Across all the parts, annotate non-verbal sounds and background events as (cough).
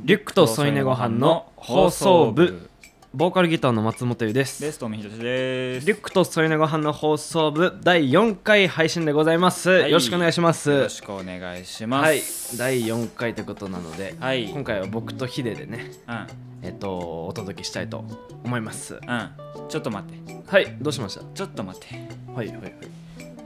リュックと添い寝ご飯の放送部ボーカルギターの松本優ですですとみひとしですリュックと添い寝ご飯の放送部第4回配信でございます、いよろしくお願いしますよろしくお願いしまはいす第4回ということなので、はい今回は僕とヒデでねはいえっとお届けしたいと思いますうんうんちょっと待ってはいどうしましたちょっと待ってはいはいはい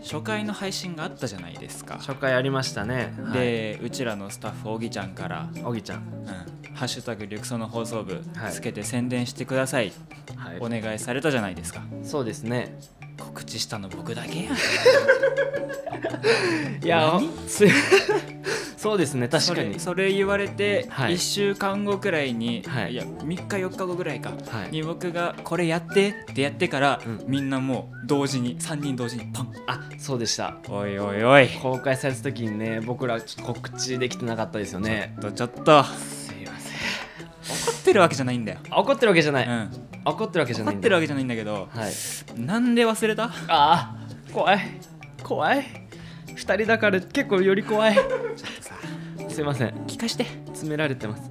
初回の配信があったじゃないですか初回ありましたねで、うちらのスタッフおぎちゃんからはいおぎちゃん「うん、ハッシュタグリュクソの放送部はい」つけて宣伝してください、はいお願いされたじゃないですかそうですね告知したの僕だけやんいや何す (laughs) そうですね確かにそれそれ言われてはい1週間後くらいに、はいい、や3日4日後ぐらいか、はいに僕がこれやってってやってから、うんみんなもう同時に3人同時にパンあそうでしたおいおいおい公開された時にね僕らちょっと告知できてなかったですよねちょっとちょっと怒すいませんってるわけじゃないんだよ、怒ってるわけじゃなうい、ん、怒ってるわけじゃ怒なっいてるわけけじゃないんだけどはいなんで忘れたああ怖い怖い二人だから結構より怖いすいません聞かして詰められてます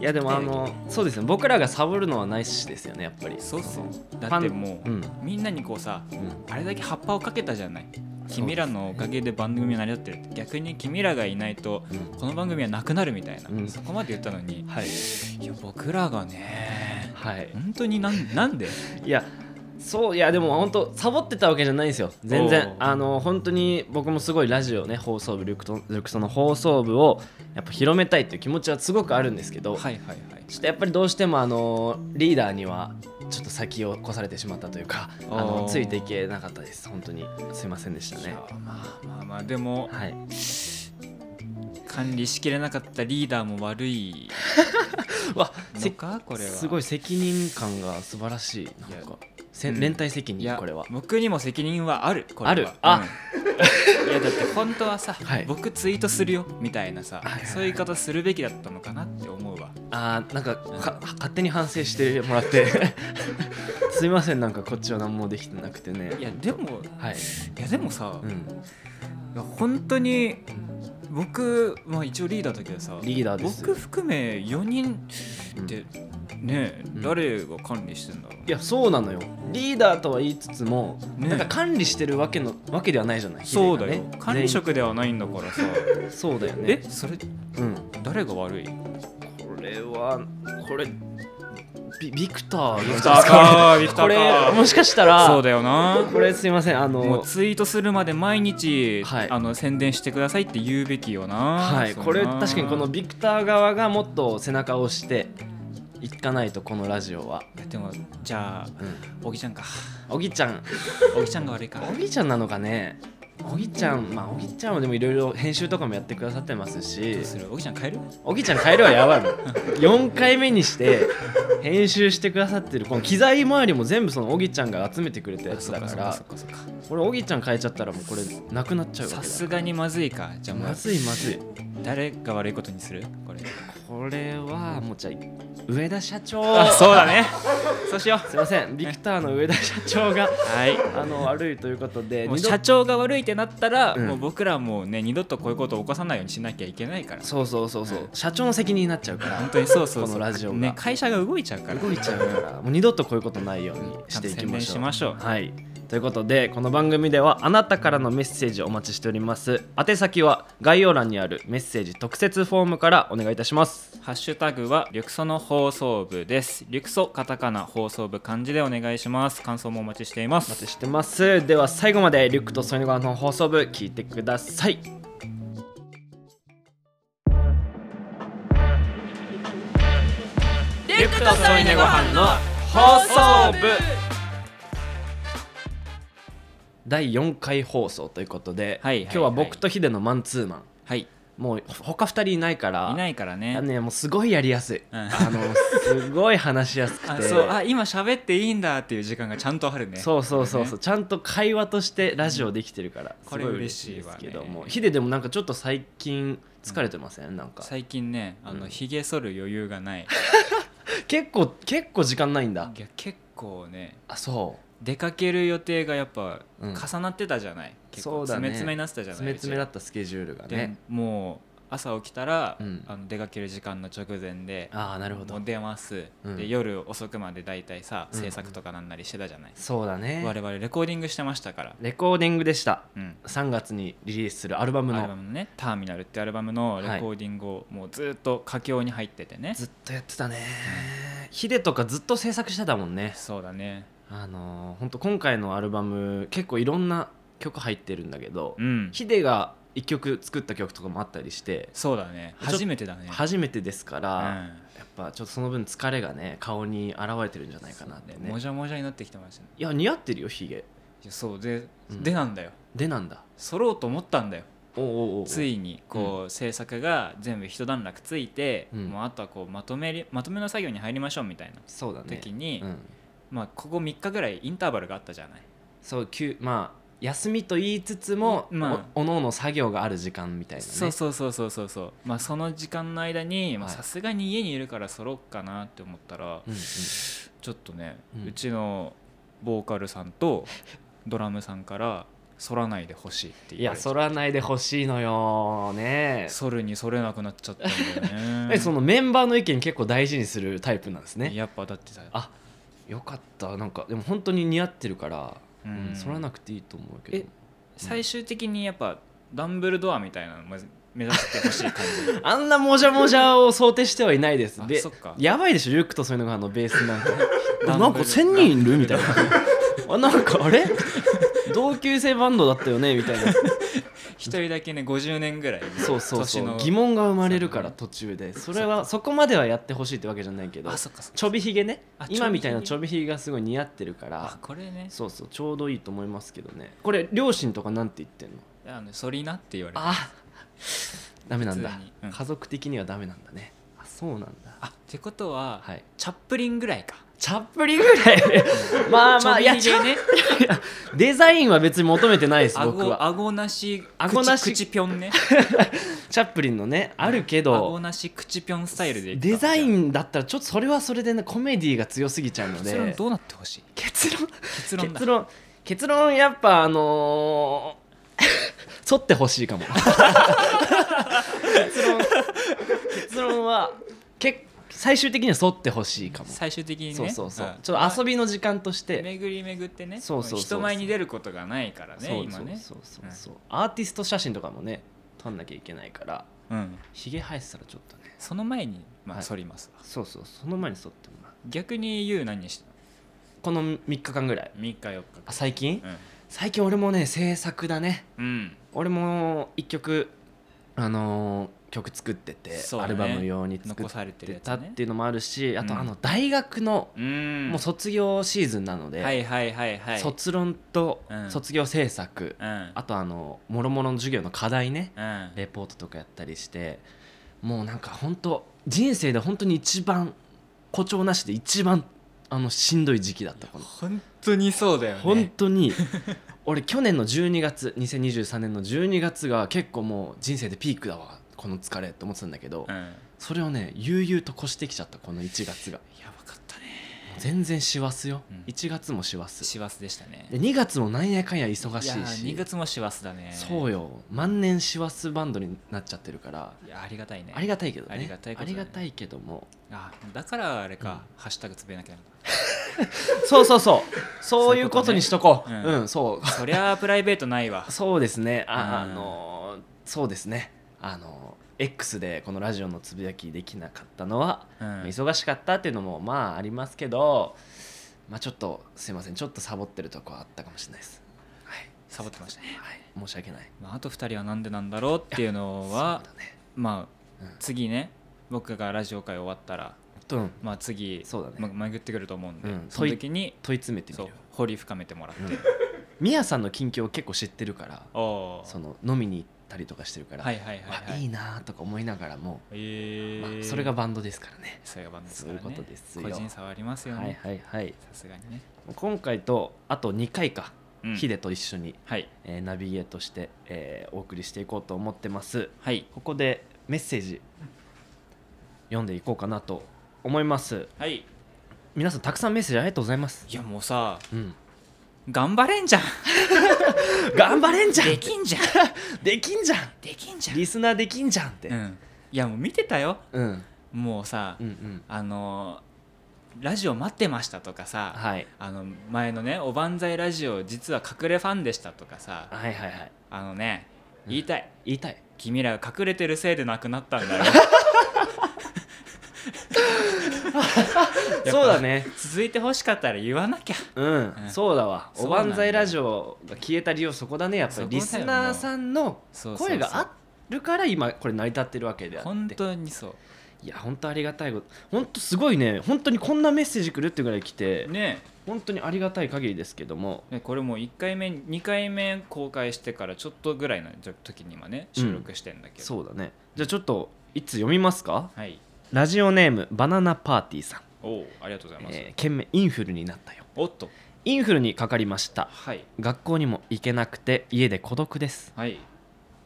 いやでもあのそうですね僕らがサボるのはないしですよねやっぱりそうそうだパっンてもう、うんみんなにこうさうんあれだけ葉っぱをかけたじゃない君らのおかげで番組は成り立ってるって逆に君らがいないとうんこの番組はなくなるみたいな、うんそこまで言ったのにはいいや僕らがねはい本当になんなんでいやそういやでも本当サボってたわけじゃないんですよ全然おうあの本当に僕もすごいラジオね放送部ルクトルクソの放送部をやっぱ広めたいっていう気持ちはすごくあるんですけど、はいはいはいちょっとやっぱりどうしてもあのリーダーにはちょっと先を越されてしまったというかおうあのついていけなかったです本当にすいませんでしたいねやまあまあまあでもはい管理しきれなかったリーダーも悪いわのせ (laughs) かこれはすごい責任感が素晴らしいなんかせうん連帯責い任やこれは僕にも責任はあるこれはあるあ、うんいやだって本当はさ、はい僕ツイートするよみたいなさ、はいはいはいそういう言い方するべきだったのかなって思うわあーなんかか勝手に反省してもらって (laughs) すいませんなんかこっちは何もできてなくてねいやでもはい、いやでもさ、うん、いや本当に僕、まあ、一応リーダーだけどさリーダーです僕含め4人うんってね、ん誰が管理してんだろういやそうなのよリーダーとは言いつつも、ねなんか管理してるわけのわけではないじゃないそうヒデだがよね管理職ではないんだからさ全員そうだよねえそれうん誰が悪いこれはこれビビクターなんじゃないですか (laughs) あービクタこーれもしかしたらそうだよなこれすいませんあものうツイートするまで毎日、はいあの宣伝してくださいって言うべきよなはいそうなこれ確かにこのビクター側がもっと背中を押していかないとこのラジオは、でもじゃあうん、小木ちゃ (laughs) んかおぎちゃん小木ちゃんが悪いかおぎちゃんなのかねおぎちゃんまあおぎちゃんはでもいろいろ編集とかもやってくださってますしどうする小木ちゃん変えるおぎちゃん帰るはやば (laughs) いもん4回目にして編集してくださってるこの機材周りも全部そのおぎちゃんが集めてくれたやつだからそっかそっかそっかこれおぎちゃん変えちゃったらもうこれなくなっちゃうわけさだすがにまずいかじゃあもまうずいまずい誰が悪いことにするこれこれはもうじゃあ上田社長あ (laughs) そうだねそうしよすいませんビクターの上田社長がうはいあの悪いということでもう二度社長が悪いってなったら、うんもう僕らはもうね二度とこういうことを起こさないようにしなきゃいけないからそうそうそうそう社長の責任になっちゃうから本当にそうそうそうこのラジオがね会社が動いちゃうから動いちゃうからもう二度とこういうことないようにちゃしてんといき宣ま伝しょうしましょうはいということでこの番組ではあなたからのメッセージをお待ちしております宛先は概要欄にあるメッセージ特設フォームからお願いいたしますハッシュタグはリュクソの放送部です。リュクソカタカナ放送部漢字でお願いします。感想もお待ちしていまお待す。ちしてますでは最後までリュックとソニガの放送部聞いてくださいリュクとソイネご飯の放送部。第4回放送ということで、はいはいはい今日は僕とヒデのマンツーマンはい。もうほ他2人いないからいないからいやね。ねもうすごいやりやすい、うんあのすごい話しやすくて (laughs) あ、そう。あ、今喋っていいんだっていう時間がちゃんとあるね。そうそうそうそう、ねちゃんと会話としてラジオできてるから、これすご嬉しいわねですけどもヒデでもなんかちょっと最近疲れてません、なんか最近ね、あうのんひげ剃る余裕がない。結構結構時間ないんだいや結構ね。あそ出かける予定がやっぱうん重なってたじゃない、結そ構うだね詰め詰めになってたじゃない詰め詰めうだったスケジュールがちでねもう朝起きたら、うんあの出かける時間の直前でああなるほもどう出ます、うんで夜遅くまでだいたいさうん制作とかなんなりしてたじゃない、そうだ我ね々レコーディングしてましたから、レコーディングでしたうん、 3月にリリースするアルバムアルバのムのね「ターミナル」ってアルバムのレコーディングをもうずっと佳境に入っててね、ずっとやってたねヒデとかずっと制作してたもんねそうだねあの本当今回のアルバム結構いろんな曲入ってるんだけどうんヒデが1曲作った曲とかもあったりしてそうだねちょっと初めてだね初めてですかうらんやっぱちょっとその分疲れがね顔に現れてるんじゃないかなってねもじゃもじゃになってきてましたねいや似合ってるよヒゲいやそうで、うんでなんだよでなんだ揃おうと思ったんだよおうおうおうついにこう、制作が全部一段落ついて、うんもうあとはこうまとめりまとめの作業に入りましょうみたいなそうだね時に、うんまあ、ここ3日ぐらいインターバルがあったじゃないそうきゅまあ休みと言いつつも、まあおおのおの作業がある時間みたいなねそうそうそうそうそうそうまあその時間の間にまあはいさすがに家にいるから揃っかなって思ったらうんうんちょっとね、ううんちのボーカルさんとドラムさんから「反らないでほしい」っていや言われてそらないでほしいのよね反るに反れなくなっちゃったんだよね (laughs) えそのメンバーの意見結構大事にするタイプなんですねやっぱだってさあよかったなんかでも本当に似合ってるから、うんうん反らなくていいと思うけどえ最終的にやっぱダンブルドアみたいなのまず目指してほしい感じ (laughs) あんなもじゃもじゃを想定してはいないですあでそっかやばいでしょリュックとそういうのがあのベース (laughs) なんかダンブルなんか1000人いるみたいな (laughs) あなんかあれ同級生バンドだったよねみたい (laughs) な一人だけね50年ぐらいそうそうそ年のう疑問が生まれるからそ途中でそれはそこまではやってほしいってわけじゃないけどあそっかそっかちょびひげねあ今みたいなちちょょびひげがすごい似合ってるかあらこれねそうそうちょうどいいと思いますけどねこれ両親とかなんて言ってんのあの反りなって言われてあダメなんだ普通に、うん家族的にはダメなんだねあそうなんだあってことは、はいチャップリンぐらいかチャップリンぐらい (laughs) まあまあいやちょびひげねチャッいやデザインは (laughs) 別に求めてないです僕顎は顎なし顎なし口口ぴょんねチャップリンのねあるけ顎どなし口ぴょんスタイルでいくかデザイじゃンだったらちょっとそれはそれでねコメディが強すぎちゃうあの結論でどうなってほしい結論結論だ結論結論やっぱあの (laughs) ー剃ってほしいかも結論結論は結最終的には剃ってほしいかも、最終的にねそうそうそう、んちょっと遊びの時間として、巡り巡ってねそうそうそう人前に出ることがないからねそう今そうねそうそうそう、アーティスト写真とかもね撮んなきゃいけないからうん、ひげ生えてたらちょっとねその前に、まはあ、い反りますわ、そうそうその前に剃ってもらう逆に言う何してこの3日間ぐらい3日4日あ最近、うん、最近俺もね制作だねうん、俺も1曲あのー曲作ってて、そうアだルねバム用に作っ残されててるやつたっねていうのもあるし、あとうんあの大学の、うんもう卒業シーズンなので、はいはいはいはい卒論とうん卒業制作、うんうんあとあのもろもろの授業の課題ね、うんレポートとかやったりしてもうなんか本当人生で本当に一番誇張なしで一番あのしんどい時期だったこの本当にそうだよね本当に (laughs) 俺去年の12月2023年の12月が結構もう人生でピークだわこの疲れって思ってたんだけど、うん、それをね悠々と越してきちゃったこの1月がやばかったね全然師走よ、うん1月も師走師走でしたねで2月もなんやかんや忙しいし2月も師走だねそうよ万年師走バンドになっちゃってるからいやありがたいねありがたいけどねありがたいことあだりねがたいけどもあだからあれか、ハッシュタグつぶやなきゃなそうそうそうそういうことにしとこうそういううことねんそそり (laughs) ゃあプライベートないわうそうですねああうんのーそうですねあのー X でこのラジオのつぶやきできなかったのは、うん忙しかったっていうのもまあありますけどまあちょっとすいませんちょっとサボってるとこはあったかもしれないですはい、サボってましたね、はい、申し訳ないまあ、あと2人はなんでなんだろうっていうのはそうだねまあ、うん次ね僕がラジオ会終わったらうんまあ次そうだねま巡ってくると思うんで、うんその時に問い詰めてみそうる掘り深めてもらって、うんみや、さんの近況を結構知ってるからおーその飲みに行ったりとかしてるから、はいはいはいあはいいいなーとか思いながらも、えまあーそれがバンドですからねそれがバンドですからねそういうことですよ個人差はありますよはいねはいはいさすがにね、今回とあと2回か、うんヒデと一緒に、はいえーナビゲートして、えーお送りしていこうと思ってますはいここでメッセージ読んでいこうかなと思いますはいい皆さんたくさんメッセージありがとうございますやもうさうん頑張れんじゃん (laughs) 頑張れんじゃんできんじゃんできんじゃんできんじゃん、リスナーできんじゃんってううんん、いやもう見てたようんもうさ、うんあのラジオ待ってましたとかさ、はいあの前のね「おばんざいラジオ」実は隠れファンでしたとかさはいはいはいあのねうん言いたい、言いたい君らが隠れてるせいでなくなった (laughs) んだよそうだね続いてほしかったら言わなきゃうん、うんそうだわそおうなばんだよんざいラジオが消えた理由はそこだねやっぱそりこだリよスナーさんのそうそうそう声があるから今これ成り立ってるわけであって本当にそいや本当ありがたいこと本当すごいね本当にこんなメッセージくるってぐらい来て、うね本当にありがたい限りですけどもねこれもう1回目2回目公開してからちょっとぐらいの時にはね収録してんだけど、そうだねじゃあちょっといつ読みますかはいラジオネームバナナパーティーさん、おうありがとうございます、えー、件名インフルになったよおっとインフルにかかりましたはい学校にも行けなくて家で孤独ですはい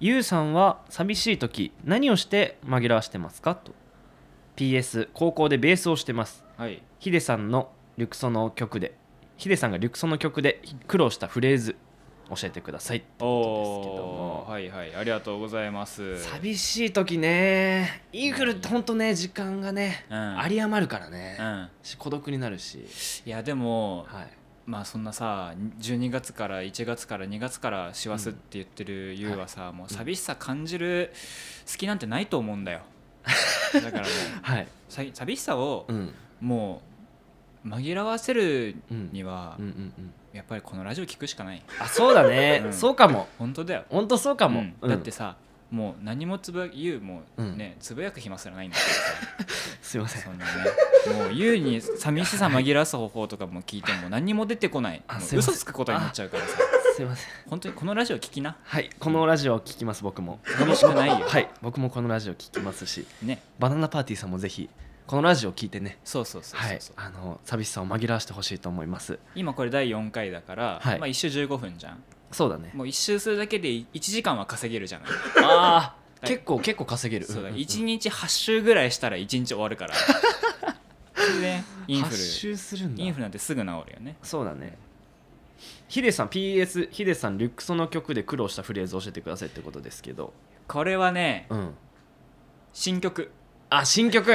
ゆうさんは寂しい時何をして紛らわしてますかと PS 高校でベースをしてますはいヒデさんのリュクソの曲でヒデさんがリュクソの曲で苦労したフレーズ教えてくださいってことですけどおもーはいはいありがとうございます寂しい時ねインフルってほんとね時間がね、うん有り余るからね、うんし孤独になるし、いやでも、はい、まあそんなさ12月から1月から2月から師走って言ってる優はさ、もう寂しさ感じる隙なんてないと思うんだよだからもうはい、さ寂しさをうん、うんもう紛らわせるには、うんうんやっぱりこのラジオ聞くしかないあそうだね、 (laughs) うんそうかも本当だよほんとそうかも、うんうんだってさもう何もつぶ優もうんね、つぶやく暇すらないんだけすいませどん (laughs) さそんなねもう優に寂しさ紛らわす方法とかも聞いても何も出てこないあもすいうません嘘つくことになっちゃ (laughs) うからさすいません本当にこのラジオ聞きなはいこのラジオを聞きます僕も寂しくないよはい僕もこのラジオ聞きますしねバナナパーティーさんもぜひこのラジオを聞いてねそうそうそうそうそう、はいあの寂しさを紛らわしてほしいと思います今これ第4回だから、はいまあ、1周15分じゃんそうだねもう1周するだけで1時間は稼げるじゃ (laughs) ないあはあ (laughs) い結構結構稼げるそうだんんん1日8周ぐらいしたら1日終わるからそれ (laughs) でインフ発ル集するんだインフルなんてすぐ治るよねそうだねヒデさん PS ヒデさんリュックソの曲で苦労したフレーズを教えてくださいってことですけどこれはねうん新曲あ新 (laughs) 曲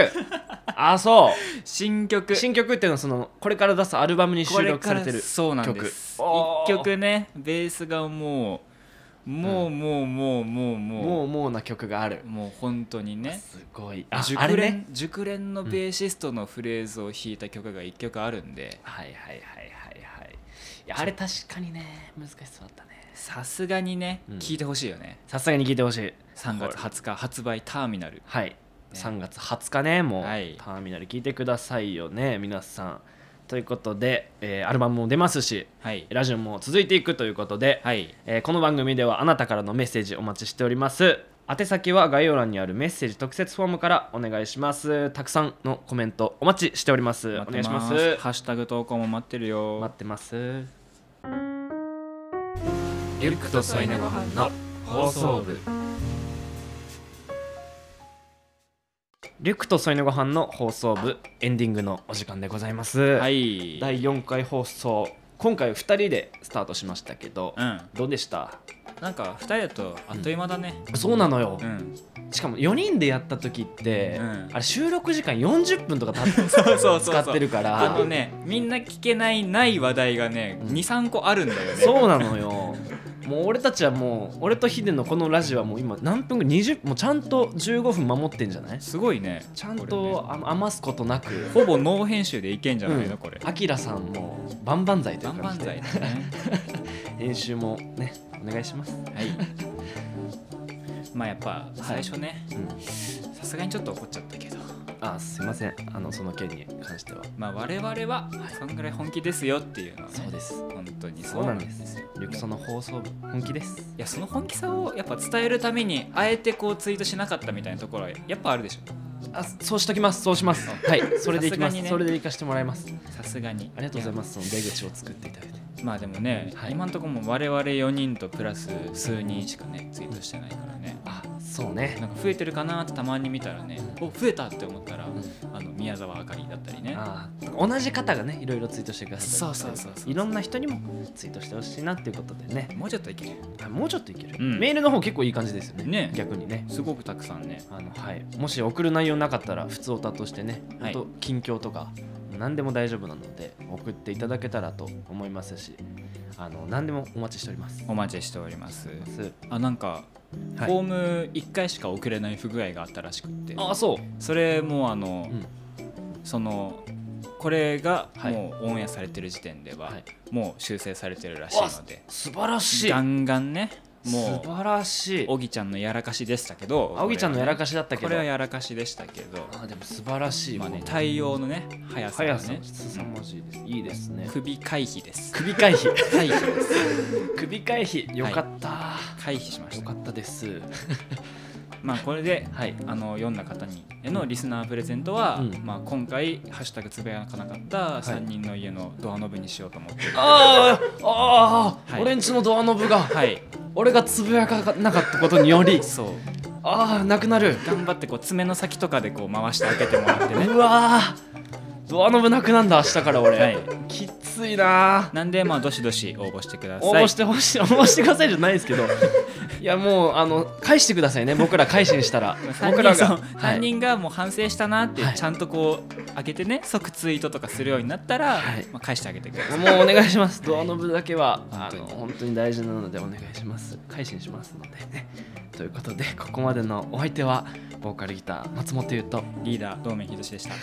あそ新う曲新曲っていうのはそのこれから出すアルバムにこ収れ録かされらてるそうなんです曲お1ー曲ねベースがもうもうもうもうもうももうもうな曲があるうもう本当にねすごいああ熟れ練、ね熟練のベーシストのフレーズを弾いた曲が1曲あるんではいはいはいはいはいいやあれ確かにね難しそうだったねさすがにねうん聴いてほしいよね、さすがに聴いてほしい3月20日発売ターミナルはい、3月20日ねもう、はいターミナル聞いてくださいよね皆さんということで、えーアルバムも出ますしはいラジオも続いていくということで、はいえーこの番組ではあなたからのメッセージお待ちしております宛先は概要欄にあるメッセージ特設フォームからお願いしますたくさんのコメントお待ちしておりますお願いします待ってハッシュタグ投稿も待ってるよ待ってますリュックと添い寝ご飯の放送部リュックと添い寝ご飯の放送部エンディングのお時間でございます、はい第4回放送今回2人でスタートしましたけど、うんどうでしたなんか2人だとあっという間だねそうなのよう、ん、しかも4人でやった時って、うんあれ収録時間40分とかた (laughs) そうそうそう使ってるからあのねみんな聞けないない話題がねうん23個あるんだよねそうなのよもう俺たちはもう俺とヒデのこのラジオはもう今何分ぐらい20もうちゃんと15分守ってんじゃないすごいねちゃんこれねとあ余すことなくほぼノー編集でいけんじゃないの、これあきらさんも万々歳という万々感じ歳でだね編集もねお願いします、はいまあやっぱ最初ねうん、さすがにちょっと怒っちゃったけどあすいませんあのその件に関してはまあ我々はそんぐらい本気ですよっていうのはねそうです本当にそうなんですリュクソの放送部本気ですいやその本気さをやっぱ伝えるためにあえてこうツイートしなかったみたいなところはやっぱあるでしょあそうしときますそうしますはいそれでいきまさすがにすねそれで行かしてもらいますさすがにありがとうございまますその出口を作っていただいてすまあでもね、はい今のところも我々4人とプラス数人しかねツイートしてないからねあそうねなんか増えてるかなってたまに見たらねお増えたって思ったら、んあの宮沢あかりだったりねあー同じ方がねいろいろツイートしてくださってそうそうそうそういろんな人にもツイートしてほしいなっていうことでねもうちょっといけるあもうちょっといける、うんメールの方結構いい感じですよねね逆にねすごくたくさんねあの、はい、もし送る内容なかったら普通オタとしてね、はい本当近況とか何でも大丈夫なので送っていただけたらと思いますしあの何でもお待ちしております。お待ちしておりますますあなんかフォはい、ーム1回しか送れない不具合があったらしくってあそう、それもうあの、うんそのこれがはいもうオンエアされてる時点では、はいもう修正されてるらしいので素晴らしいガンガンねも素晴らしいうおぎちゃんのやらかしでしたけどあおぎちゃんのやらしかしだったけどこれはやらかしでしたけど、あでも素晴らしい、まあねこ、の対応のね速さが速さねすさまじいです、いいですね首回避です首回避回避です首回避よかった、回避しましよたかったですまあこれではいあの読んだ方にへのリスナープレゼントは、うんまあ、今回「ハッシュタグつぶやかなかった3人の家のドアノブにしようと思ってるあーあー、はい俺んちのドアノブがはい、俺がつぶやかなかったことによりそうああなくなる頑張ってこう爪の先とかでこう回して開けてもらっ (laughs) てねうわードアノブなくなんだ明日から俺、はいきっついなーなんでまあどしどし応募してください応募してほしい応募してくださいじゃないですけ (laughs) どいやもうあの返してくださいね僕ら返しにした (laughs) ら3僕ら人が、はそう三い、人がもう反省したなってはいちゃんとこう開けてね即ツイートとかするようになったら、はいまあ、返してあげてくださいもうお願いしますドアノブだけはあ本当にの本当に大事なのでお願いします返しにしますのでねということでここまでのお相手はボーカルギター松本優とリーダー、道明秀志でした。